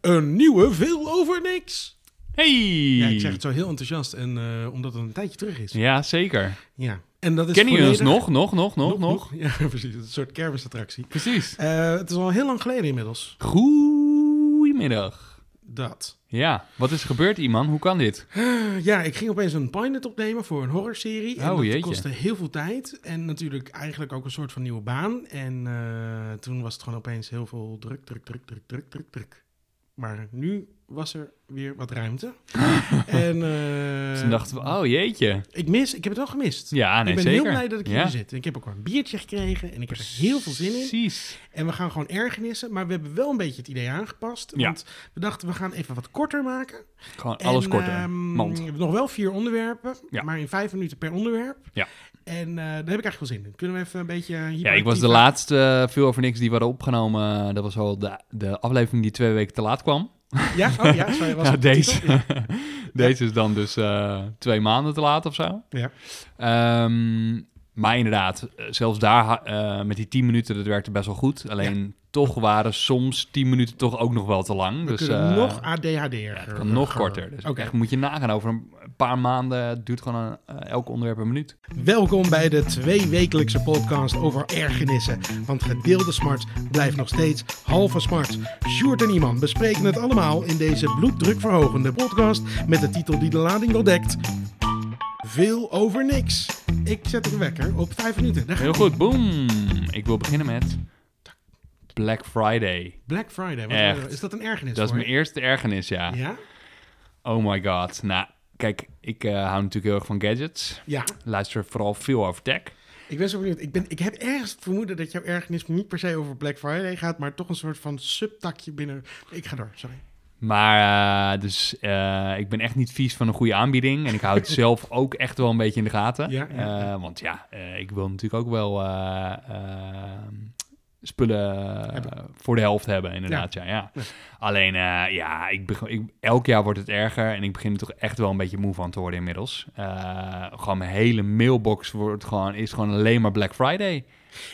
Een nieuwe Veel Over Niks. Hey! Ja, ik zeg het zo heel enthousiast en eh, omdat het een tijdje terug is. Ja. Ja, zeker. En dat is Kennen jullie ons volledig- nog, nog, nog, nog, nog? Ja, precies. Het is Een soort kermisattractie. Precies. Eh, het is al heel lang geleden inmiddels. Goedemiddag. Dat. Ja, wat is er gebeurd, Iman? Hoe kan dit? Eh, ja, ik ging opeens een pilot opnemen voor een horrorserie. en Oh, dat jeetje. kostte heel veel tijd. En natuurlijk eigenlijk ook een soort van nieuwe baan. En eh, toen was het gewoon opeens heel veel druk, druk, druk, druk, druk, druk, druk. Maar nu was er weer wat ruimte. en eh, Toen dachten we, oh jeetje. ik mis, ik heb het wel gemist. Ja, Ah, nee, ik ben zeker. heel blij dat ik Ja. hier zit. En ik heb ook wel een biertje gekregen en ik heb er heel veel zin in. Precies. En we gaan gewoon ergernissen, maar we hebben wel een beetje het idee aangepast. Ja. Want we dachten, we gaan even wat korter maken. Gewoon alles En, korter. ehm, Mand. We hebben nog wel vier onderwerpen, Ja. maar in vijf minuten per onderwerp. Ja. En eh, daar heb ik eigenlijk wel zin in. Kunnen we even een beetje... eh, Ja, ik was de laatste eh, veel over niks die we hadden opgenomen. eh, Dat was al de, de aflevering die twee weken te laat kwam. Ja? Oh ja, sorry, was Ja, het de deze. titel? Ja. Deze is dan dus eh, twee maanden te laat of zo. Ja. Ehm, maar inderdaad, eh, zelfs daar ha- eh, met die 10 minuten, dat werkte best wel goed. Alleen toch waren soms 10 minuten toch ook nog wel te lang. We dus kunnen eh, nog ADHD het kan nog korter. Dus Oké. echt moet je nagaan. Over een paar maanden het duurt gewoon een, eh, elk onderwerp een minuut. Welkom bij de tweewekelijkse podcast over ergernissen. Want gedeelde smart blijft nog steeds halve smart. Sjoerd en Iman bespreken het allemaal in deze bloeddrukverhogende podcast met de titel die de lading wel dekt. Veel over niks. Ik zet een wekker op 5 minuten. Daar gaat Heel goed, boom. Ik wil beginnen met Black Friday. Black Friday. Wat Echt. Is dat een ergernis? Dat is voor mijn eerste ergernis, ja. je? Ja? Oh my god. Nou, kijk, ik eh, hou natuurlijk heel erg van gadgets. Ja. Luister vooral veel over tech. Ik ben zo benieuwd. Ik, ben, ik heb ergens het vermoeden dat jouw ergernis niet per se over Black Friday gaat, maar toch een soort van subtakje binnen. Ik ga door, sorry. Maar eh, dus eh, ik ben echt niet vies van een goede aanbieding. En ik hou het zelf ook echt wel een beetje in de gaten. Ja, ja, ja. Eh, want ja, eh, ik wil natuurlijk ook wel eh, eh, spullen eh, voor de helft hebben, inderdaad. Ja. Ja, Ja. Alleen, eh, ja, ik beg- ik, elk jaar wordt het erger. En ik begin er toch echt wel een beetje moe van te worden inmiddels. Eh, gewoon mijn hele mailbox wordt gewoon, is gewoon alleen maar Black Friday.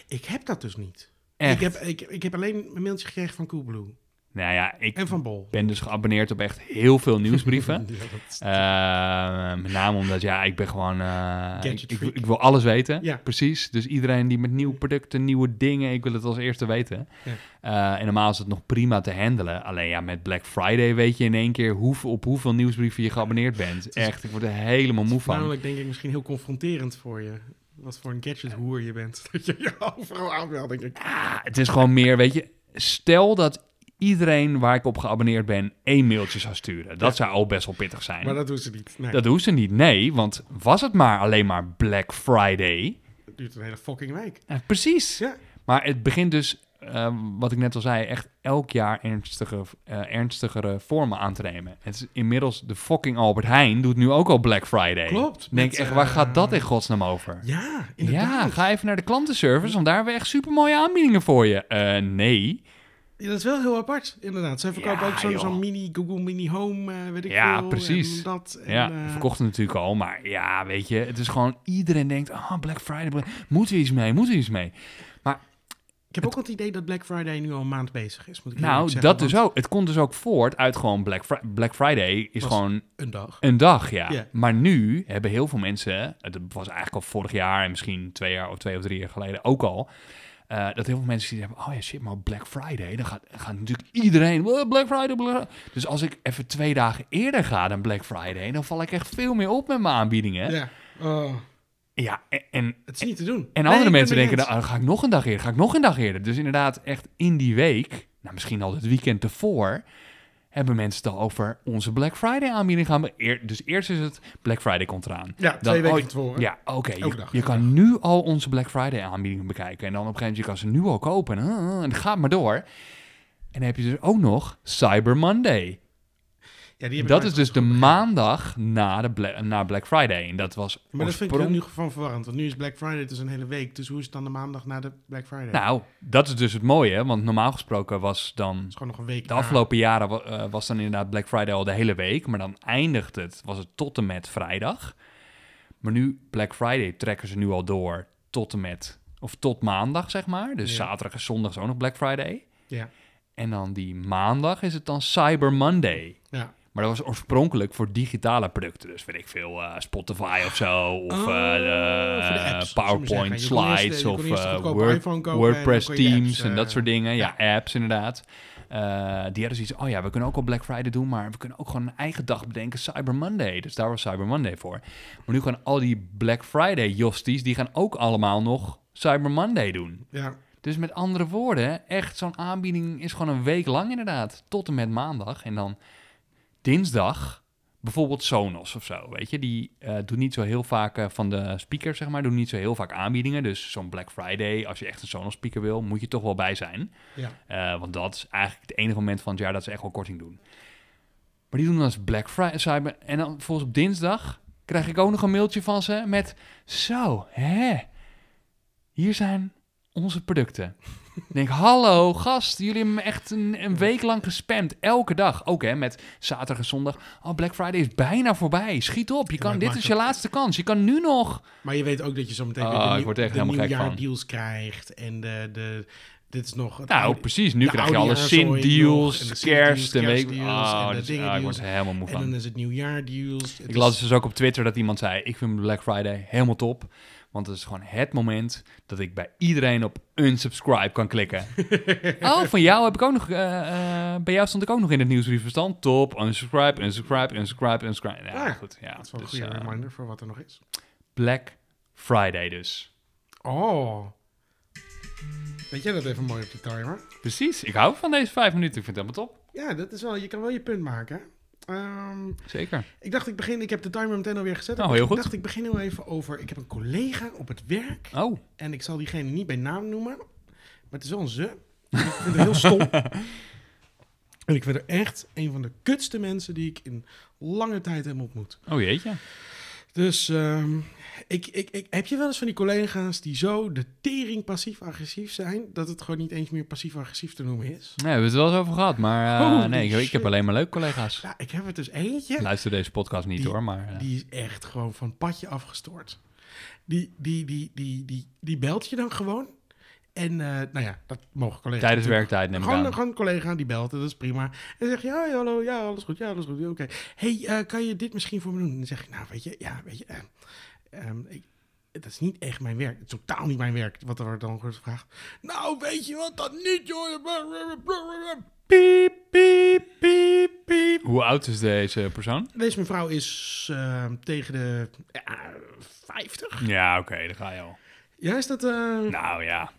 Ik heb dat dus niet. Echt. Ik heb, ik, ik heb alleen een mailtje gekregen van Coolblue Nou ja, ik en van Bol. ben dus geabonneerd op echt heel veel nieuwsbrieven. Ja, dat- Eh, met name omdat, ja, ik ben gewoon... eh, ik, Gadget ik- freak. ik wil alles weten, Ja. precies. Dus iedereen die met nieuwe producten, nieuwe dingen... ik wil het als eerste weten. Ja. Eh, en normaal is het nog prima te handelen. Alleen ja, met Black Friday weet je in één keer... Hoeveel, op hoeveel nieuwsbrieven je geabonneerd bent. Echt, ik word er helemaal moe van. Namelijk denk ik misschien heel confronterend voor je. Wat voor een gadgethoer je bent. Dat je je overal aanmeldt, denk ik. Ah, het is gewoon meer, weet je... Stel dat iedereen waar ik op geabonneerd ben... één mailtje zou sturen. Dat zou al best wel pittig zijn. Maar dat doen ze niet. Nee, Dat doen ze niet, nee. Want was het maar alleen maar Black Friday... dat duurt een hele fucking week. Eh, precies. Ja. Maar het begint dus, eh, wat ik net al zei, echt elk jaar ernstige, eh, ernstigere vormen aan te nemen. Het is inmiddels de fucking Albert Heijn doet nu ook al Black Friday. Klopt, Denk met, echt, waar eh, gaat dat in godsnaam over? Ja, Ja, inderdaad. ga even naar de klantenservice, want daar hebben we echt super mooie aanbiedingen voor je. Eh, nee. Ja, dat is wel heel apart, inderdaad. Zij verkopen Ja, ook zo'n joh. zo'n mini Google Mini Home, eh, weet ik Ja, veel. precies. En dat, en, ja, eh, verkocht het natuurlijk al, maar ja, weet je, het is gewoon iedereen denkt, ah, Black Friday, Black- moeten we iets mee, moeten we iets mee. ik heb ook het idee dat Black Friday nu al een maand bezig is. Moet ik eerlijk Nou, zeggen, dat dus want ook. Het komt dus ook voort uit gewoon Black, Fri- Black Friday is Was- gewoon Een dag. Een dag, ja. Ja. Maar nu hebben heel veel mensen, het was eigenlijk al vorig jaar en misschien twee jaar of twee of drie jaar geleden ook al, eh, dat heel veel mensen die hebben, oh ja shit, maar Black Friday, dan gaat, gaat natuurlijk iedereen, "Wow, Black Friday, Black Friday." Dus als ik even twee dagen eerder ga dan Black Friday, dan val ik echt veel meer op met mijn aanbiedingen. Ja, Ja. Oh, en, en, het is niet te doen. en Nee, ik andere ben mensen met je denken, eens. nou, dan ga ik nog een dag eerder, ga ik nog een dag eerder. Dus inderdaad, echt in die week, nou, misschien al het weekend ervoor, hebben mensen het al over onze Black Friday aanbieding gaan. we eer- Dus eerst is het Black Friday komt eraan. Ja, twee Dan- weken oh, tevoren. Ja, Elke oké. Je, dag, je elke kan nu al onze Black Friday aanbiedingen bekijken. En dan op een gegeven moment, je kan ze nu al kopen. En, eh, eh, en gaat maar door. En dan heb je dus ook nog Cyber Monday. Ja, die heb ik Dat nooit is dus de maandag na, de Bla- na Black Friday. En dat was Maar dat vind ik oorsprong- nu van verwarrend. Want nu is Black Friday dus een hele week. Dus hoe is het dan de maandag na de Black Friday? het Nou, dat is dus het mooie. Want normaal gesproken was dan... is gewoon nog een week. De na. afgelopen jaren wa- eh, was dan inderdaad Black Friday al de hele week. Maar dan eindigt het, was het tot en met vrijdag. Maar nu, Black Friday trekken ze nu al door tot en met... Of tot maandag, zeg maar. Dus Ja. zaterdag en zondag is ook nog Black Friday. Ja. En dan die maandag is het dan Cyber Monday. Ja. Maar dat was oorspronkelijk voor digitale producten. Dus weet ik veel, eh, Spotify of zo. Of Oh, eh, de, voor de apps, eh, zou je maar PowerPoint zeggen. Je kon eerst, eh, slides je kon of eerst eh, goedkope Word- iPhone kopen en WordPress dan kon je de teams apps, en dat eh, soort dingen. Ja, apps inderdaad. Eh, die hadden zoiets, oh ja, we kunnen ook al Black Friday doen, maar we kunnen ook gewoon een eigen dag bedenken, Cyber Monday. Dus daar was Cyber Monday voor. Maar nu gaan al die Black Friday josties, die gaan ook allemaal nog Cyber Monday doen. Ja. Dus met andere woorden, echt zo'n aanbieding is gewoon een week lang inderdaad. Tot en met maandag. En dan dinsdag bijvoorbeeld Sonos of zo, weet je. Die eh doet niet zo heel vaak eh, van de speakers, zeg maar, doen niet zo heel vaak aanbiedingen. Dus zo'n Black Friday, als je echt een Sonos speaker wil, moet je toch wel bij zijn. Ja. Eh, want dat is eigenlijk het enige moment van het jaar dat ze echt wel korting doen. Maar die doen dan als Black Friday, Cyber... En dan volgens op dinsdag krijg ik ook nog een mailtje van ze met... Zo, hè, hier zijn onze producten. Ik denk, hallo gast, jullie hebben me echt een, een week lang gespamd. Elke dag. Ook hè, met zaterdag en zondag. Oh, Black Friday is bijna voorbij. Schiet op, je maar kan, het dit maakt is je laatste kans. Je kan nu nog... Maar je weet ook dat je zo meteen Ah, weer de, ik nieuw- word er echt de helemaal gek van. nieuwjaardeals krijgt. En de, de, dit is nog... het Nou, oude- precies. Nu de krijg je alle oudejaars hoor je nog, en de Sint-deals, Sint-deals, kerst, en week... kerstdeals en Ah, de dat is- dingen ah, ik deals. word er helemaal moe En van. dan is het nieuwjaardeals. Het Ik is- las dus ook op Twitter dat iemand zei: Ik vind Black Friday helemaal top. Want het is gewoon het moment dat ik bij iedereen op unsubscribe kan klikken. oh, van jou heb ik ook nog. eh, eh, bij jou stond ik ook nog in het nieuwsbriefbestand. Top, unsubscribe, unsubscribe, unsubscribe, unsubscribe. Ja, Ja, goed. Ja. Ah, Dat is wel een Dus, goede eh, reminder voor wat er nog is. Black Friday dus. Oh. Weet jij dat even mooi op die timer? Precies. Ik hou van deze vijf minuten. Ik vind het helemaal top. Ja, dat is wel... Je kan wel je punt maken, hè? Ehm, Zeker. ik dacht, ik begin... Ik heb de timer meteen alweer gezet. Nou, heel ik goed. dacht, ik begin heel even over... Ik heb een collega op het werk. Oh, En ik zal diegene niet bij naam noemen. Maar het is wel een ze. Ik vind het heel stom. En ik vind er echt een van de kutste mensen die ik in lange tijd heb ontmoet. oh jeetje. Dus ehm, ik, ik, ik, heb je wel eens van die collega's die zo de tering passief-agressief zijn... dat het gewoon niet eens meer passief-agressief te noemen is? Nee, we hebben het er wel eens over gehad. Maar eh, Holy nee, ik, ik shit. heb alleen maar leuke collega's. Ja, ik heb er dus eentje. Luister deze podcast niet Die- hoor, maar... eh, Die is echt gewoon van het padje afgestort. Die, die, die, die, die, die belt je dan gewoon. En eh, nou ja, dat mogen collega's. Tijdens natuurlijk. werktijd neem ik gewoon, aan. Gewoon een collega die belt, dat is prima. En zeg je, ja, ja, hallo, ja, alles goed, ja, alles goed, ja, oké. hey, eh, kan je dit misschien voor me doen? En dan zeg je, nou, weet je, ja, weet je, eh, ehm, ik, dat is niet echt mijn werk. Het is totaal niet mijn werk, wat er wordt dan wordt gevraagd. Nou, weet je wat, dat niet, joh. Piep, piep, piep, piep. Hoe oud is deze persoon? Deze mevrouw is ehm, tegen de ja, 50. Ja, oké, daar ga je al. Ja, is dat. eh, Nou ja,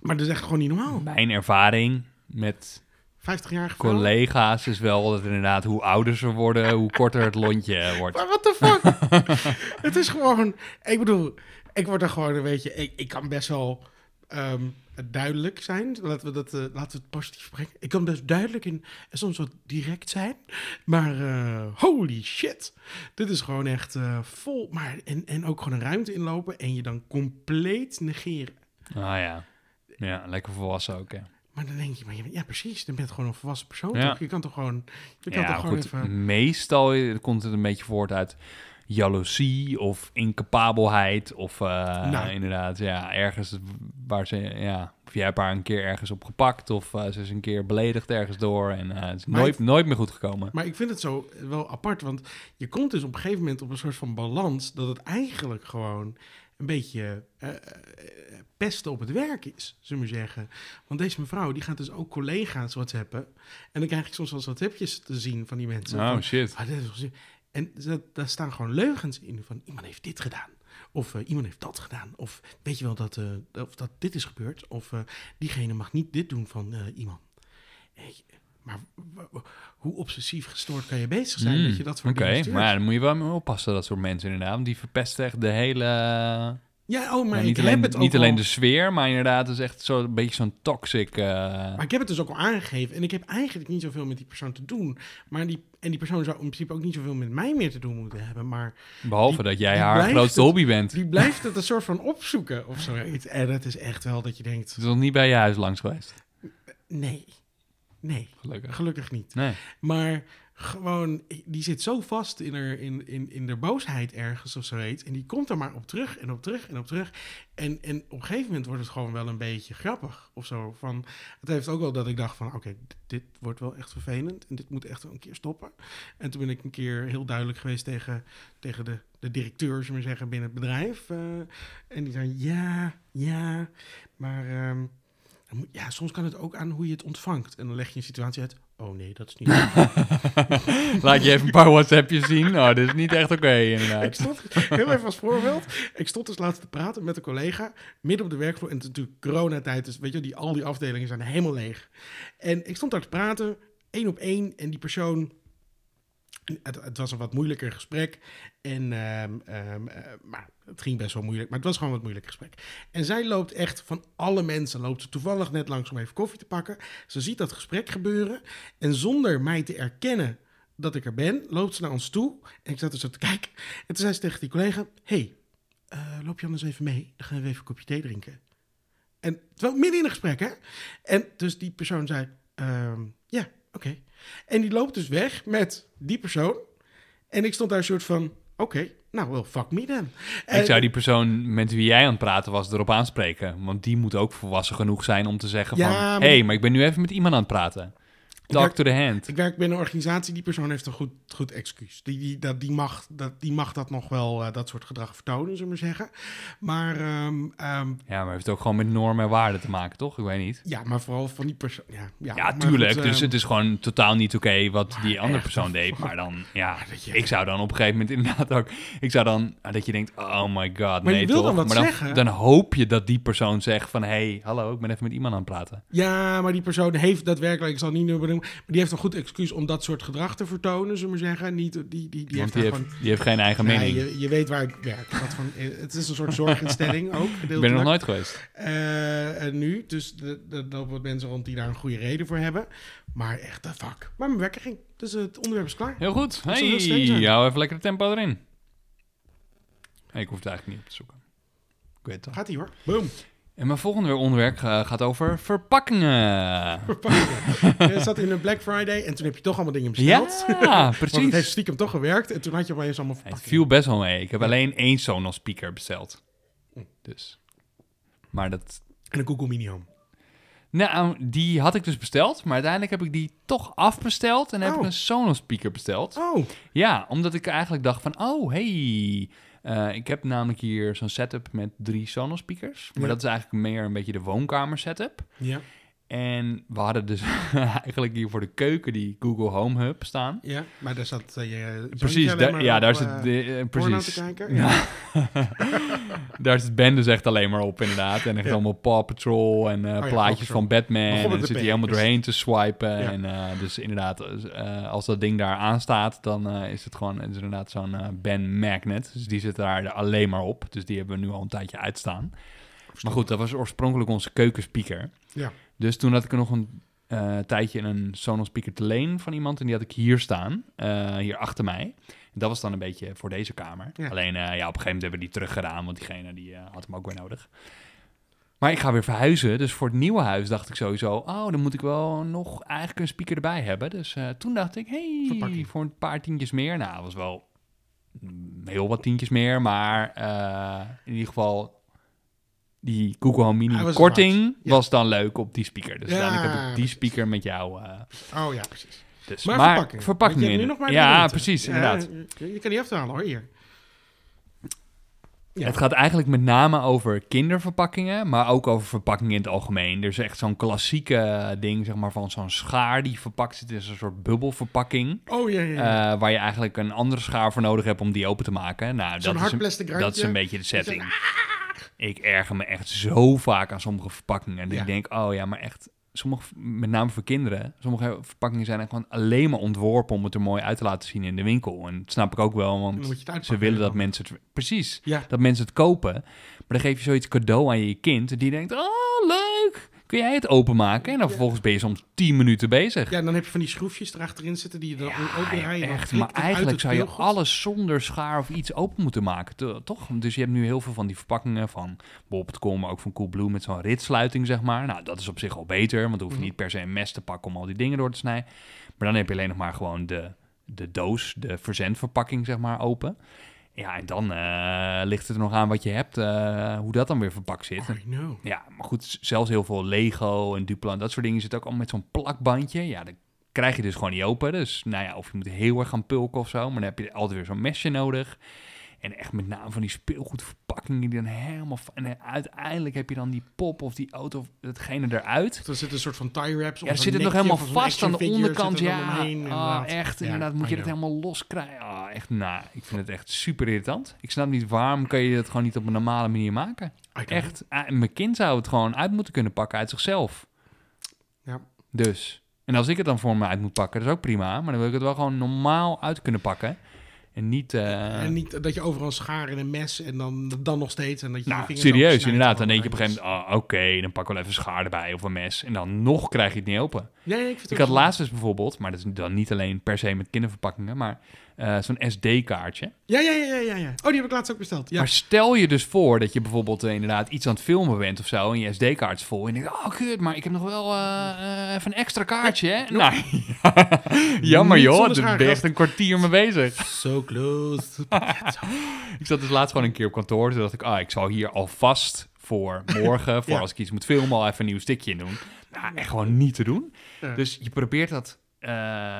Maar dat is echt gewoon niet normaal. mijn ervaring met 50-jarige vrouw. collega's is wel dat inderdaad hoe ouder ze worden, hoe korter het lontje wordt. Maar what the fuck? het is gewoon. Ik bedoel, ik word er gewoon, weet je, ik, ik kan best wel ehm, duidelijk zijn. Laten we, dat, eh, laten we het positief brengen. Ik kan best duidelijk en en soms wat direct zijn. Maar eh, holy shit. Dit is gewoon echt eh, vol. Maar, en, en ook gewoon een ruimte inlopen en je dan compleet negeren. Ah ja. Ja, lekker volwassen ook. Hè. Maar dan denk je, maar je- ja precies, dan ben je gewoon een volwassen persoon. Ja. toch? Je kan toch gewoon, je kan Ja, toch gewoon goed. even... Meestal komt het een beetje voort uit jaloezie of incapabelheid. Of eh, Nou. inderdaad, ja, ergens waar ze. Ja, of jij hebt haar een keer ergens op gepakt. Of eh, ze is een keer beledigd ergens door. En eh, het is Maar nooit, nooit meer goed gekomen. Maar ik vind het zo wel apart, want je komt dus op een gegeven moment op een soort van balans... dat het eigenlijk gewoon een beetje eh, eh, pesten op het werk is, zullen we zeggen. Want deze mevrouw, die gaat dus ook collega's whatsappen. En dan krijg ik soms wel eens whatsappjes te zien van die mensen. Oh Van, shit. Ah, dit is wel zin- en dat, daar staan gewoon leugens in van iemand heeft dit gedaan. Of eh, iemand heeft dat gedaan. Of weet je wel dat, eh, of dat dit is gebeurd. Of eh, diegene mag niet dit doen van eh, iemand. Hey, maar w- w- hoe obsessief gestoord kan je bezig zijn Mm, dat je dat voor Oké, dingen stuurt? maar ja, dan moet je wel mee oppassen, dat soort mensen inderdaad. Want die verpesten echt de hele... eh, Ja, oh, maar nou, ik niet heb alleen, het ook niet alleen al- de sfeer, maar inderdaad, het is echt zo, een beetje zo'n toxic... eh, Maar ik heb het dus ook al aangegeven. En ik heb eigenlijk niet zoveel met die persoon te doen. Maar die, en die persoon zou in principe ook niet zoveel met mij meer te doen moeten hebben. Maar behalve dat jij die haar blijft grootste het- hobby bent. die blijft het een soort van opzoeken of zoiets. En dat is echt wel dat je denkt... Ze is nog niet bij je huis langs geweest. Nee. Nee, Gelukkig. gelukkig niet. Nee. Maar gewoon, die zit zo vast in haar, in, in, in haar boosheid ergens of zoiets. En die komt er maar op terug en op terug en op terug. En, en op een gegeven moment wordt het gewoon wel een beetje grappig of zo. Van, het heeft ook wel dat ik dacht van, oké, d- dit wordt wel echt vervelend. En dit moet echt wel een keer stoppen. En toen ben ik een keer heel duidelijk geweest tegen, tegen de, de directeur, zullen we maar zeggen, binnen het bedrijf. eh, en die zei, ja, ja, maar... ehm, dan moet- ja, soms kan het ook aan hoe je het ontvangt. En dan leg je een situatie uit. Oh nee, dat is niet. Laat je even een paar WhatsAppjes zien. Nou, dit is niet echt oké Ik inderdaad. stond, heel even als voorbeeld. Ik stond dus laatst te praten met een collega. Midden op de werkvloer. En het is natuurlijk coronatijd. Dus weet je, die, al die afdelingen zijn helemaal leeg. En ik stond daar te praten. één op één. En die persoon. Het, het was een wat moeilijker gesprek. En, ehm, ehm, eh, maar het ging best wel moeilijk. Maar het was gewoon een wat moeilijker gesprek. En zij loopt echt van alle mensen. Loopt ze toevallig net langs om even koffie te pakken. Ze ziet dat gesprek gebeuren. En zonder mij te erkennen dat ik er ben, loopt ze naar ons toe. En ik zat er zo te kijken. En toen zei ze tegen die collega: hey, eh, loop je anders even mee? Dan gaan we even een kopje thee drinken. En terwijl midden in een gesprek, hè? En dus die persoon zei: "Ehm, Ja, oké. En die loopt dus weg met die persoon. En ik stond daar een soort van: Oké, nou, well, fuck me then. En- Ik zou die persoon met wie jij aan het praten was erop aanspreken. Want die moet ook volwassen genoeg zijn om te zeggen Ja, van... maar- hey, maar ik ben nu even met iemand aan het praten. Talk Ik- to the hand. Ik werk binnen een organisatie, die persoon heeft een goed, goed excuus. Die, die, dat, die, mag, dat, die mag dat nog wel, eh, dat soort gedrag vertonen, zullen we maar zeggen. Maar ehm, ehm, Ja, maar heeft het ook gewoon met normen en waarden te maken, toch? Ik weet niet. ja, maar vooral van die persoon. Ja, ja, Ja, maar tuurlijk. goed, dus ehm, het is gewoon totaal niet oké wat maar die andere echt, persoon deed. fuck. Maar dan, ja, dat je- ik zou dan op een gegeven moment inderdaad ook... Ik zou dan, ah, dat je denkt, oh my god, je nee wil toch? dan wat maar dan, zeggen. dan hoop je dat die persoon zegt van... hey, hallo, ik ben even met iemand aan het praten. Ja, maar die persoon heeft daadwerkelijk, ik zal het niet meer benoemen, maar die heeft een goed excuus om dat soort gedrag te vertonen, zullen we maar zeggen. Niet, die, die, die Want heeft die daar heeft, gewoon... die heeft geen eigen Nee, mening. je, je weet waar ik werk. Wat van, eh, het is een soort zorginstelling ook. ik ben er nog gedeeltelijk. nooit geweest. Eh, en nu, dus de- de- er lopen wat mensen rond die daar een goede reden voor hebben. Maar echt, de fuck. Maar mijn wekker ging. Dus eh, het onderwerp is klaar. Heel goed. Dat Hey, zou heel streng zijn. hou even lekker het tempo erin. Hey, ik hoef het eigenlijk niet op te zoeken. Ik weet het al. Gaat ie hoor. Boom. En mijn volgende weer onderwerp eh, gaat over verpakkingen. Je Eh, zat in een Black Friday en toen heb je toch allemaal dingen besteld. Ja, Want het heeft precies. stiekem toch gewerkt. En toen had je opeens allemaal Het verpakkingen. viel best wel mee. Ik heb alleen één Sonos speaker besteld. Hm. Dus. Maar dat... En een Google Mini Home. Nou, die had ik dus besteld. Maar uiteindelijk heb ik die toch afbesteld. En heb Oh. ik een Sonos speaker besteld. Oh, Ja, omdat ik eigenlijk dacht van, oh, hey. eh, ik heb namelijk hier zo'n setup met drie Sonos speakers. Maar Ja. dat is eigenlijk meer een beetje de woonkamer setup. ja. En we hadden dus eigenlijk hier voor de keuken die Google Home Hub staan. ja. Maar daar zat eh, je... Precies, daar, daar- ja, daar is het... eh, te precies. kijken. Ja. Ja. daar is het band dus echt alleen maar op, inderdaad. En echt Ja. Oh allemaal Paw Patrol en eh, Paw plaatjes Patrol. van Batman. Begon En met dan de zit hij P, helemaal precies. doorheen te swipen. Ja. En eh, dus inderdaad, eh, als dat ding daar aanstaat, dan eh, is het gewoon het is inderdaad zo'n eh band magnet. Dus die zit daar alleen maar op. Dus die hebben we nu al een tijdje uitstaan. Maar goed, dat was oorspronkelijk onze keukenspeaker. Ja. Dus toen had ik er nog een eh, tijdje een Sonos speaker te leen van iemand. En die had ik hier staan, eh, hier achter mij. En dat was dan een beetje voor deze kamer. Ja. Alleen eh, ja, op een gegeven moment hebben we die teruggedaan, want diegene die, eh, had hem ook weer nodig. Maar ik ga weer verhuizen, dus voor het nieuwe huis dacht ik sowieso... oh, dan moet ik wel nog eigenlijk een speaker erbij hebben. Dus eh, toen dacht ik, hey, Verpakking. voor een paar tientjes meer. Nou, dat was wel mm, heel wat tientjes meer, maar eh, in ieder geval... Die Google Home Hij was Mini het korting waard, ja. was dan leuk op die speaker. Dus Ja, uiteindelijk heb ik die precies. speaker met jou... eh, Oh ja, precies. dus, Maar, maar, verpakkingen. verpakking. Want je hebt nu nog maar ja, minuten. precies, Ja, inderdaad. Je, je kan die achterhalen hoor, hier. ja. Het gaat eigenlijk met name over kinderverpakkingen, maar ook over verpakkingen in het algemeen. Er is echt zo'n klassieke eh, ding, zeg maar, van zo'n schaar die verpakt zit in zo'n soort bubbelverpakking. Oh ja, ja, ja. eh, waar je eigenlijk een andere schaar voor nodig hebt om die open te maken. Nou, Zo'n dat hard is, plastic een, randje. dat is een beetje de setting. "Ah!" Ik erger me echt zo vaak aan sommige verpakkingen. En Ja. ik denk, oh ja, maar echt, sommige, met name voor kinderen, sommige verpakkingen zijn gewoon alleen maar ontworpen om het er mooi uit te laten zien in de winkel. En dat snap ik ook wel, Dan moet je het want ze uitpakken. willen dat mensen het. Precies, Ja. dat mensen het kopen. Maar dan geef je zoiets cadeau aan je kind. En die denkt, oh leuk. kun jij het openmaken. En dan vervolgens ben je soms 10 minuten bezig. Ja, en dan heb je van die schroefjes erachterin zitten die je dan Ja, opendraaien. en dan echt. flikt Maar het uit eigenlijk het zou je speelgoed. alles zonder schaar of iets open moeten maken, to- toch? Dus je hebt nu heel veel van die verpakkingen van Bob.com, maar ook van Coolblue met zo'n ritsluiting, zeg maar. Nou, dat is op zich al beter, want dan hoef je Mhm. niet per se een mes te pakken om al die dingen door te snijden. Maar dan heb je alleen nog maar gewoon de, de doos, de verzendverpakking, zeg maar, open. Ja, en dan eh, ligt het er nog aan wat je hebt, eh, hoe dat dan weer verpakt zit. Oh, I know. Ja, maar goed, z- zelfs heel veel Lego en Duplo en dat soort dingen zit ook al met zo'n plakbandje. Ja, dat krijg je dus gewoon niet open. Dus nou ja, of je moet heel erg gaan pulken of zo, maar dan heb je altijd weer zo'n mesje nodig. En echt met name van die speelgoedverpakkingen die dan helemaal... fa- En eh, uiteindelijk heb je dan die pop of die auto of datgene eruit. Er zit een soort van tie wraps Ja, op. dan zo'n zit het nog nekje helemaal of zo'n vast aan de action figure onderkant. zit er Ja, dan omheen, ah, inderdaad. echt. Ja, inderdaad, moet I je dat know. helemaal loskrijgen. Ah, echt, nou, ik vind het echt super irritant. Ik snap niet waarom kan je dat gewoon niet op een normale manier maken. I know. Echt, ah, mijn kind zou het gewoon uit moeten kunnen pakken uit zichzelf. Ja. Dus. En als ik het dan voor me uit moet pakken, dat is ook prima. Maar dan wil ik het wel gewoon normaal uit kunnen pakken. En niet... eh, En niet dat je overal schaar en een mes en dan, dan nog steeds. En dat je je nou, vingers ook serieus, snijdt inderdaad. Dan gewoon denk je op een bij gegeven moment... ah, Oké, dan pak ik wel even schaar erbij of een mes. En dan nog krijg je het niet open. iets. Nee, ik, vind het Ik ook had wel- laatst dus bijvoorbeeld... Maar dat is dan niet alleen per se met kinderverpakkingen... Maar eh, zo'n SD-kaartje. Ja, ja, ja, ja, ja, ja. Oh, die heb ik laatst ook besteld. Ja. Maar stel je dus voor dat je bijvoorbeeld eh, inderdaad iets aan het filmen bent of zo en je SD-kaart is vol en je denkt, oh kut, maar ik heb nog wel eh, eh, even een extra kaartje, hè? Nou, jammer Niet joh, zonder daar ben je echt een kwartier mee bezig. So close. Ik zat dus laatst gewoon een keer op kantoor, toen dacht ik, ah, ik zal hier alvast voor morgen, voor Ja. als ik iets moet filmen, al even een nieuw stikje in doen. Nou, echt gewoon niet te doen. Ja. Dus je probeert dat, eh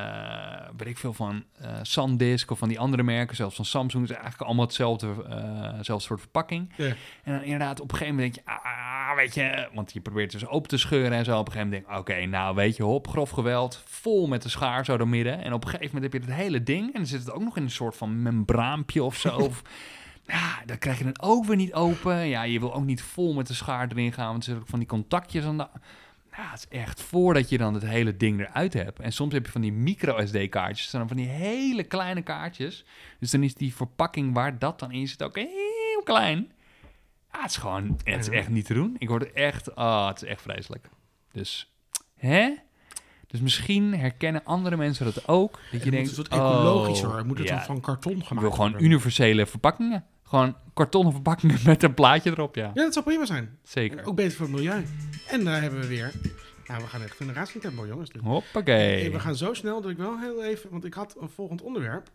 weet ik veel, van eh, SanDisk of van die andere merken, zelfs van Samsung, het is eigenlijk allemaal hetzelfde, eh, zelfde soort verpakking. Ja. En dan inderdaad, op een gegeven moment denk je, ah, weet je, want je probeert dus open te scheuren en zo. Op een gegeven moment denk je, oké, nou weet je, hop, grof geweld, vol met de schaar zo door midden. En op een gegeven moment heb je het hele ding en dan zit het ook nog in een soort van membraampje of zo. of, ja, dan krijg je het ook weer niet open. Ja, je wil ook niet vol met de schaar erin gaan, want er zitten ook van die contactjes aan de... Nou, het is echt voordat je dan het hele ding eruit hebt. En soms heb je van die micro-SD-kaartjes, dat zijn dan van die hele kleine kaartjes. Dus dan is die verpakking waar dat dan in zit ook heel klein. Ja, het is gewoon, het is echt niet te doen. Ik word er echt, ah, het is echt vreselijk. Dus, hè? Dus misschien herkennen andere mensen dat ook. Dat je Je denkt, moet het wat ecologischer. oh, moet het ja, dan van karton Ik gemaakt wil gewoon worden. universele verpakkingen. Gewoon kartonnen verpakkingen met een plaatje erop, ja. Ja, dat zou prima zijn. Zeker. Ook beter voor het milieu. En daar hebben we weer... Nou, we gaan echt een raadstempo, jongens. Dit. Hey, Hoppakee. we gaan zo snel dat ik wel heel even... Want ik had een volgend onderwerp.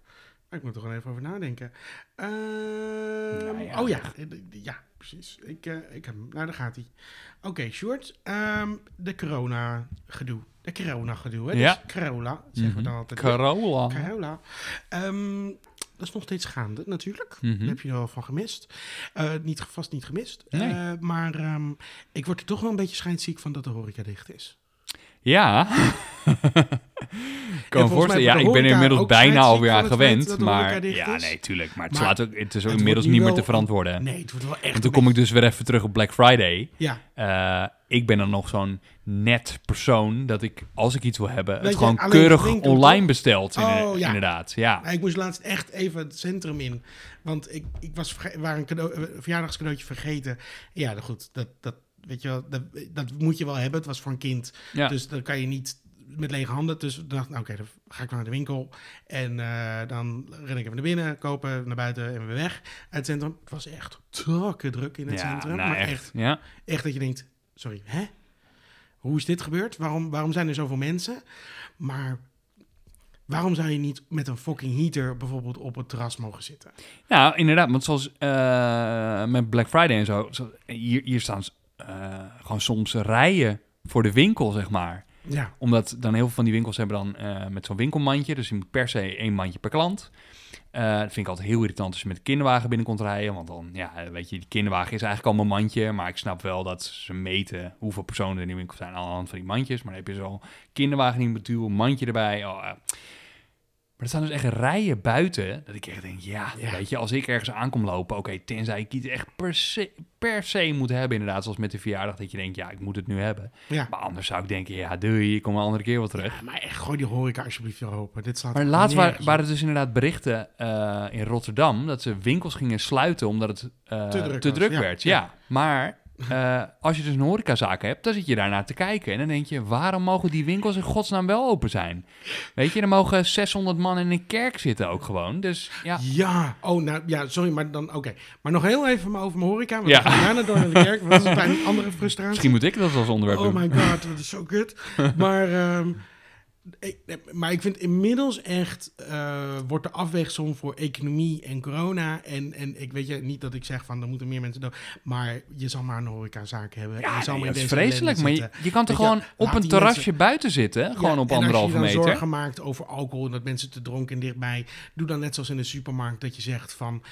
Maar ik moet er gewoon even over nadenken. Ehm, Nou ja, oh ja. Ja, precies. Ik, eh, ik heb hem. Nou, daar gaat hij. Oké, Sjoerd. ehm, de corona-gedoe. De corona-gedoe, hè? Ja. Dus corona, zeggen we Mhm. dan altijd. Corolla. Corona. Ehm, dat is nog steeds gaande, natuurlijk. Mhm. Daar heb je er wel van gemist. Eh, niet, vast niet gemist. Nee. Eh, maar ehm, ik word er toch wel een beetje schijnziek van dat de horeca dicht is. Ja. Ik kan En volgens mij me voorstellen, ja, wordt de ik ben er horeca inmiddels ook bijna scheidsziek alweer van aan het feit gewend. dat de horeca Maar dicht ja, is. nee, tuurlijk. Maar het, Maar slaat ook, het is ook wordt inmiddels nu niet meer wel- te verantwoorden. Nee, het wordt wel echt. en een toen kom ik dus weer even terug op Black Friday. beetje- Ja, Eh, ik ben dan nog zo'n net persoon dat ik, als ik iets wil hebben, Dat het je gewoon alleen keurig flink doet, online toch? besteld. Oh, ja. Inderdaad, ja. maar ik moest laatst echt even het centrum in. Want ik, ik was verge- waar een, cadeau, een verjaardagscadeautje vergeten. Ja, nou goed, dat, dat, weet je wel, dat, dat moet je wel hebben. Het was voor een kind. ja. Dus dan kan je niet met lege handen. Dus ik dacht, nou, oké, dan ga ik wel naar de winkel. En eh, dan ren ik even naar binnen, kopen, naar buiten en weer weg uit het centrum. Het was echt takken druk in het ja, centrum. nou, maar echt. echt Ja. Echt dat je denkt, sorry, hè? Hoe is dit gebeurd? Waarom, waarom zijn er zoveel mensen? Maar waarom zou je niet met een fucking heater bijvoorbeeld op het terras mogen zitten? Nou, inderdaad. Want zoals eh, met Black Friday en zo. zo- hier, hier staan eh, gewoon soms rijen voor de winkel, zeg maar. Ja, Omdat dan heel veel van die winkels hebben dan eh, met zo'n winkelmandje. Dus je moet per se één mandje per klant. Eh, dat vind ik altijd heel irritant als je met de kinderwagen binnenkomt rijden. Want dan, ja, weet je, die kinderwagen is eigenlijk al mijn mandje. Maar ik snap wel dat ze meten hoeveel personen er in die winkel zijn aan de hand van die mandjes. Maar dan heb je zo'n kinderwagen die moet duwen, mandje erbij. Oh, eh. Maar er staan dus echt rijen buiten dat ik echt denk, ja, Ja. weet je, als ik ergens aankom lopen, oké, tenzij ik iets echt per se, per se moet hebben inderdaad, zoals met de verjaardag, dat je denkt, ja, ik moet het nu hebben. ja. Maar anders zou ik denken, ja, doei, ik kom een andere keer wel terug. Maar echt, gooi die horeca alsjeblieft weer open. Dit slaat Maar laatst wa- nergens op. waren er dus inderdaad berichten eh, in Rotterdam dat ze winkels gingen sluiten omdat het eh, Te druk te was, druk ja, werd. ja. Ja, maar Eh, als je dus een horecazaak hebt, dan zit je daarnaar te kijken. En dan denk je, waarom mogen die winkels in godsnaam wel open zijn? Weet je, er mogen 600 man in een kerk zitten ook gewoon. Dus ja, Ja, oh, nou ja, sorry, maar dan, oké. Maar nog heel even maar over mijn horeca. Want Ja. ja. we gaan daarna door naar de kerk. Want dat is bij een andere frustratie. misschien moet ik dat als onderwerp Oh doen. my god, dat is zo kut. maar, ehm, ik, maar ik vind inmiddels echt... eh, wordt de afweegsom voor economie en corona... en, en ik weet je, niet dat ik zeg van... er moeten meer mensen dood. Maar je zal maar een horecazaak hebben. en Ja, je zal nee, maar in dat is deze ellende vreselijk. Maar je, zitten. je kan toch Weet je, gewoon op laat een die terrasje mensen- buiten zitten? Gewoon Ja, op en anderhalve als je meter? dan zorgen maakt over alcohol... en dat mensen te dronken en dichtbij... doe dan net zoals in de supermarkt dat je zegt van...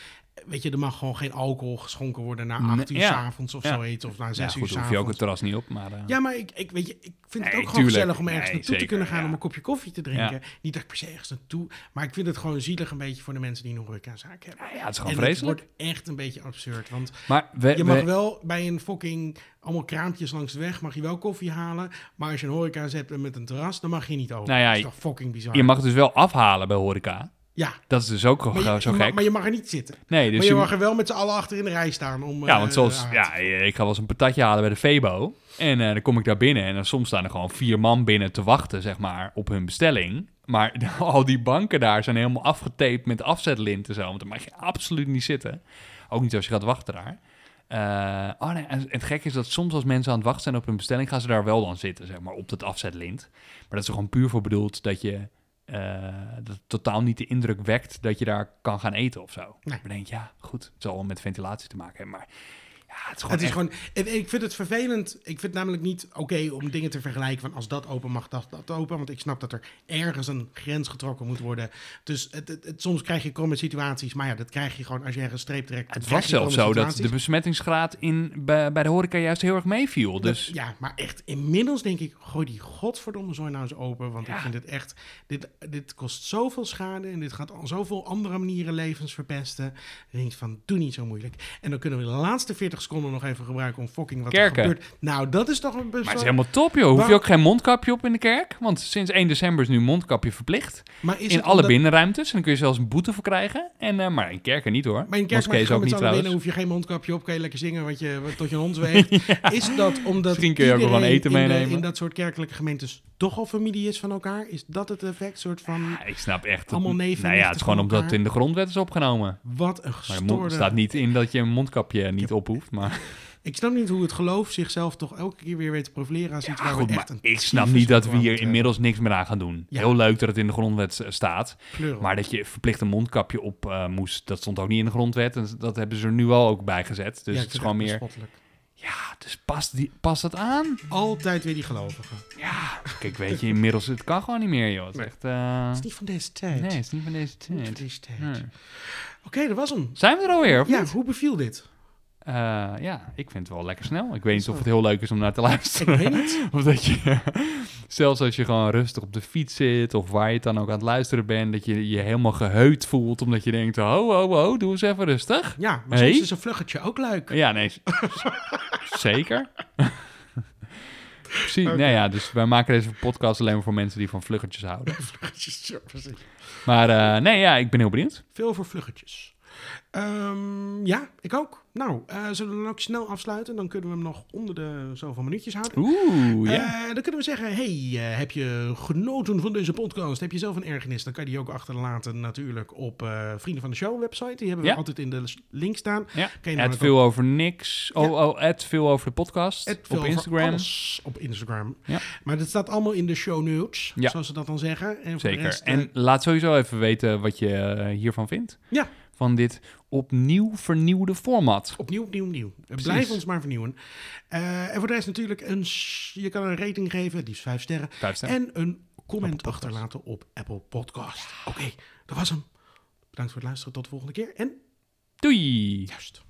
Weet je, er mag gewoon geen alcohol geschonken worden na acht uur ja. s avonds of Ja. zoiets. Of na Ja, zes uur goed, s dan hoef je ook het avonds. terras niet op, maar... eh, Ja, maar ik, ik, weet je, ik vind het Nee, ook gewoon tuurlijk. gezellig om ergens Nee, naartoe zeker, te kunnen gaan ja. om een kopje koffie te drinken. Niet dat ik per se ergens naartoe, maar ik vind het gewoon zielig een beetje voor de mensen die een horecazaak hebben. ja, het is gewoon en vreselijk. Eh, het wordt echt een beetje absurd, want Maar we, je mag we- wel bij een fucking allemaal kraampjes langs de weg mag je wel koffie halen, maar als je een horeca hebt met een terras, dan mag je niet open. Nou ja, dat is toch fucking bizar. je mag het dus wel afhalen bij horeca. ja. Dat is dus ook Maar gewoon je, zo je gek. Mag, maar je mag er niet zitten. nee, dus maar je je- mag er wel met z'n allen achter in de rij staan om. ja, eh, want zoals... aan- Ja, ik ga wel eens een patatje halen bij de Febo. En eh, dan kom ik daar binnen en dan soms staan er gewoon vier man binnen te wachten, zeg maar, op hun bestelling. Maar al die banken daar zijn helemaal afgetaped met afzetlint en zo. Want dan mag je absoluut niet zitten. Ook niet als je gaat wachten daar. Eh, oh nee, en en het gekke is dat soms als mensen aan het wachten zijn op hun bestelling, gaan ze daar wel dan zitten, zeg maar, op dat afzetlint. Maar dat is er gewoon puur voor bedoeld dat je eh, dat het totaal niet de indruk wekt dat je daar kan gaan eten of zo. Nee. Ik denk, ja, goed, het zal wel met ventilatie te maken hebben, maar ja, het is gewoon, Het is echt- gewoon, en- en ik vind het vervelend. Ik vind het namelijk niet oké om dingen te vergelijken van als dat open mag, dat, dat open. Want ik snap dat er ergens een grens getrokken moet worden. Dus het, het, het- soms krijg je kromme situaties. Maar ja, dat krijg je gewoon als je ergens een streep trekt. Het krijg was je zelfs zo kromme dat de situaties. besmettingsgraad in, bij, bij de horeca juist heel erg meeviel. Dus Dat- ja, maar echt, inmiddels denk ik, gooi die godverdomme zooi nou eens open. Want Ja. ik vind het echt, dit, dit kost zoveel schade en dit gaat al zoveel andere manieren levens verpesten. Dan denk ik van, doe niet zo moeilijk. En dan kunnen we de laatste 40 seconden nog even gebruiken om fucking wat Kerken. er gebeurt. Nou, dat is toch een bezwaar. maar het is helemaal top, joh. Hoef je Waarom- ook geen mondkapje op in de kerk? Want sinds 1 december is nu mondkapje verplicht. Maar is in het alle omdat- binnenruimtes. En dan kun je zelfs een boete voor krijgen. En, eh, maar in kerken niet hoor. Maar in kerk Moskee mag je is gewoon ook met niet z'n allen trouwens. binnen, hoef je geen mondkapje op, kan je lekker zingen wat je, wat- tot je hond zweegt. Is dat omdat Misschien kun je ook iedereen wel gewoon eten in de- meenemen. in dat soort kerkelijke gemeentes toch al familie is van elkaar? Is dat het effect? soort van, Ja, Ah, ik snap echt. dat- Allemaal neven en nou ja, het nichten is gewoon van omdat het elkaar. in de grondwet is opgenomen. wat een Maar er mo- gestoorde... staat niet in dat je een mondkapje niet op hoeft. Maar Ik snap niet hoe het geloof zichzelf toch elke keer weer weet te profileren als iets Ja, waar goed, we maar echt een ik snap tyfus niet dat we voor hier moeten inmiddels niks meer aan gaan doen. Ja. Heel leuk dat het in de grondwet eh, staat. pleuren. Maar dat je verplicht een mondkapje op eh, moest, dat stond ook niet in de grondwet. En dat hebben ze er nu wel ook bij gezet. Dus Ja, ik het vind is gewoon echt meer. bespottelijk. Ja, dus past, die, past dat aan? Altijd weer die gelovigen. Het Ja, kijk, weet je, inmiddels, het kan gewoon niet meer, joh. Het is Nee. echt. eh, is niet van deze tijd. nee, het is niet van deze Niet van tijd. deze tijd. Nee. Oké, dat was hem. Zijn we er alweer? Of Ja, niet? hoe beviel dit? Eh, ja, ik vind het wel lekker snel. Ik weet niet Zo. of het heel leuk is om naar te Ik luisteren. weet niet. Of dat je, zelfs als je gewoon rustig op de fiets zit of waar je het dan ook aan het luisteren bent, dat je je helemaal geheut voelt omdat je denkt, ho, ho, ho, doe eens even rustig. Ja, maar Hey? soms is een vluggetje ook leuk. Ja, nee. z- z- zeker. Precies. Nee, ja, dus wij maken deze podcast alleen maar voor mensen die van vluggetjes houden. Ja, precies. Maar eh, nee, ja, ik ben heel benieuwd. Veel voor vluggetjes. Ehm, ja, ik ook. Nou, eh, zullen we dan ook snel afsluiten? Dan kunnen we hem nog onder de zoveel minuutjes houden. Oeh, ja. Eh, dan kunnen we zeggen, hey, eh, heb je genoten van deze podcast? Heb je zelf een ergernis? Dan kan je die ook achterlaten natuurlijk op eh, Vrienden van de Show website. Die hebben we Ja. altijd in de link staan. ja. Kan je Het namelijk veel over niks. Oh, Ja. oh, het veel over de podcast. Het op over Instagram. alles op Instagram. Ja. Maar dat staat allemaal in de show notes, Ja. zoals ze dat dan zeggen. En voor de Zeker. rest, eh, En laat sowieso even weten wat je eh, hiervan vindt. Ja. Van dit opnieuw vernieuwde format. Opnieuw, opnieuw, opnieuw. Eh, Blijf ons maar vernieuwen. Eh, en voor de rest natuurlijk, een, s- je kan een rating geven, het liefst vijf sterren. Vijf sterren. En een comment achterlaten op Apple Podcast. Oké, dat was hem. Bedankt voor het luisteren. Tot de volgende keer. En Doei! juist.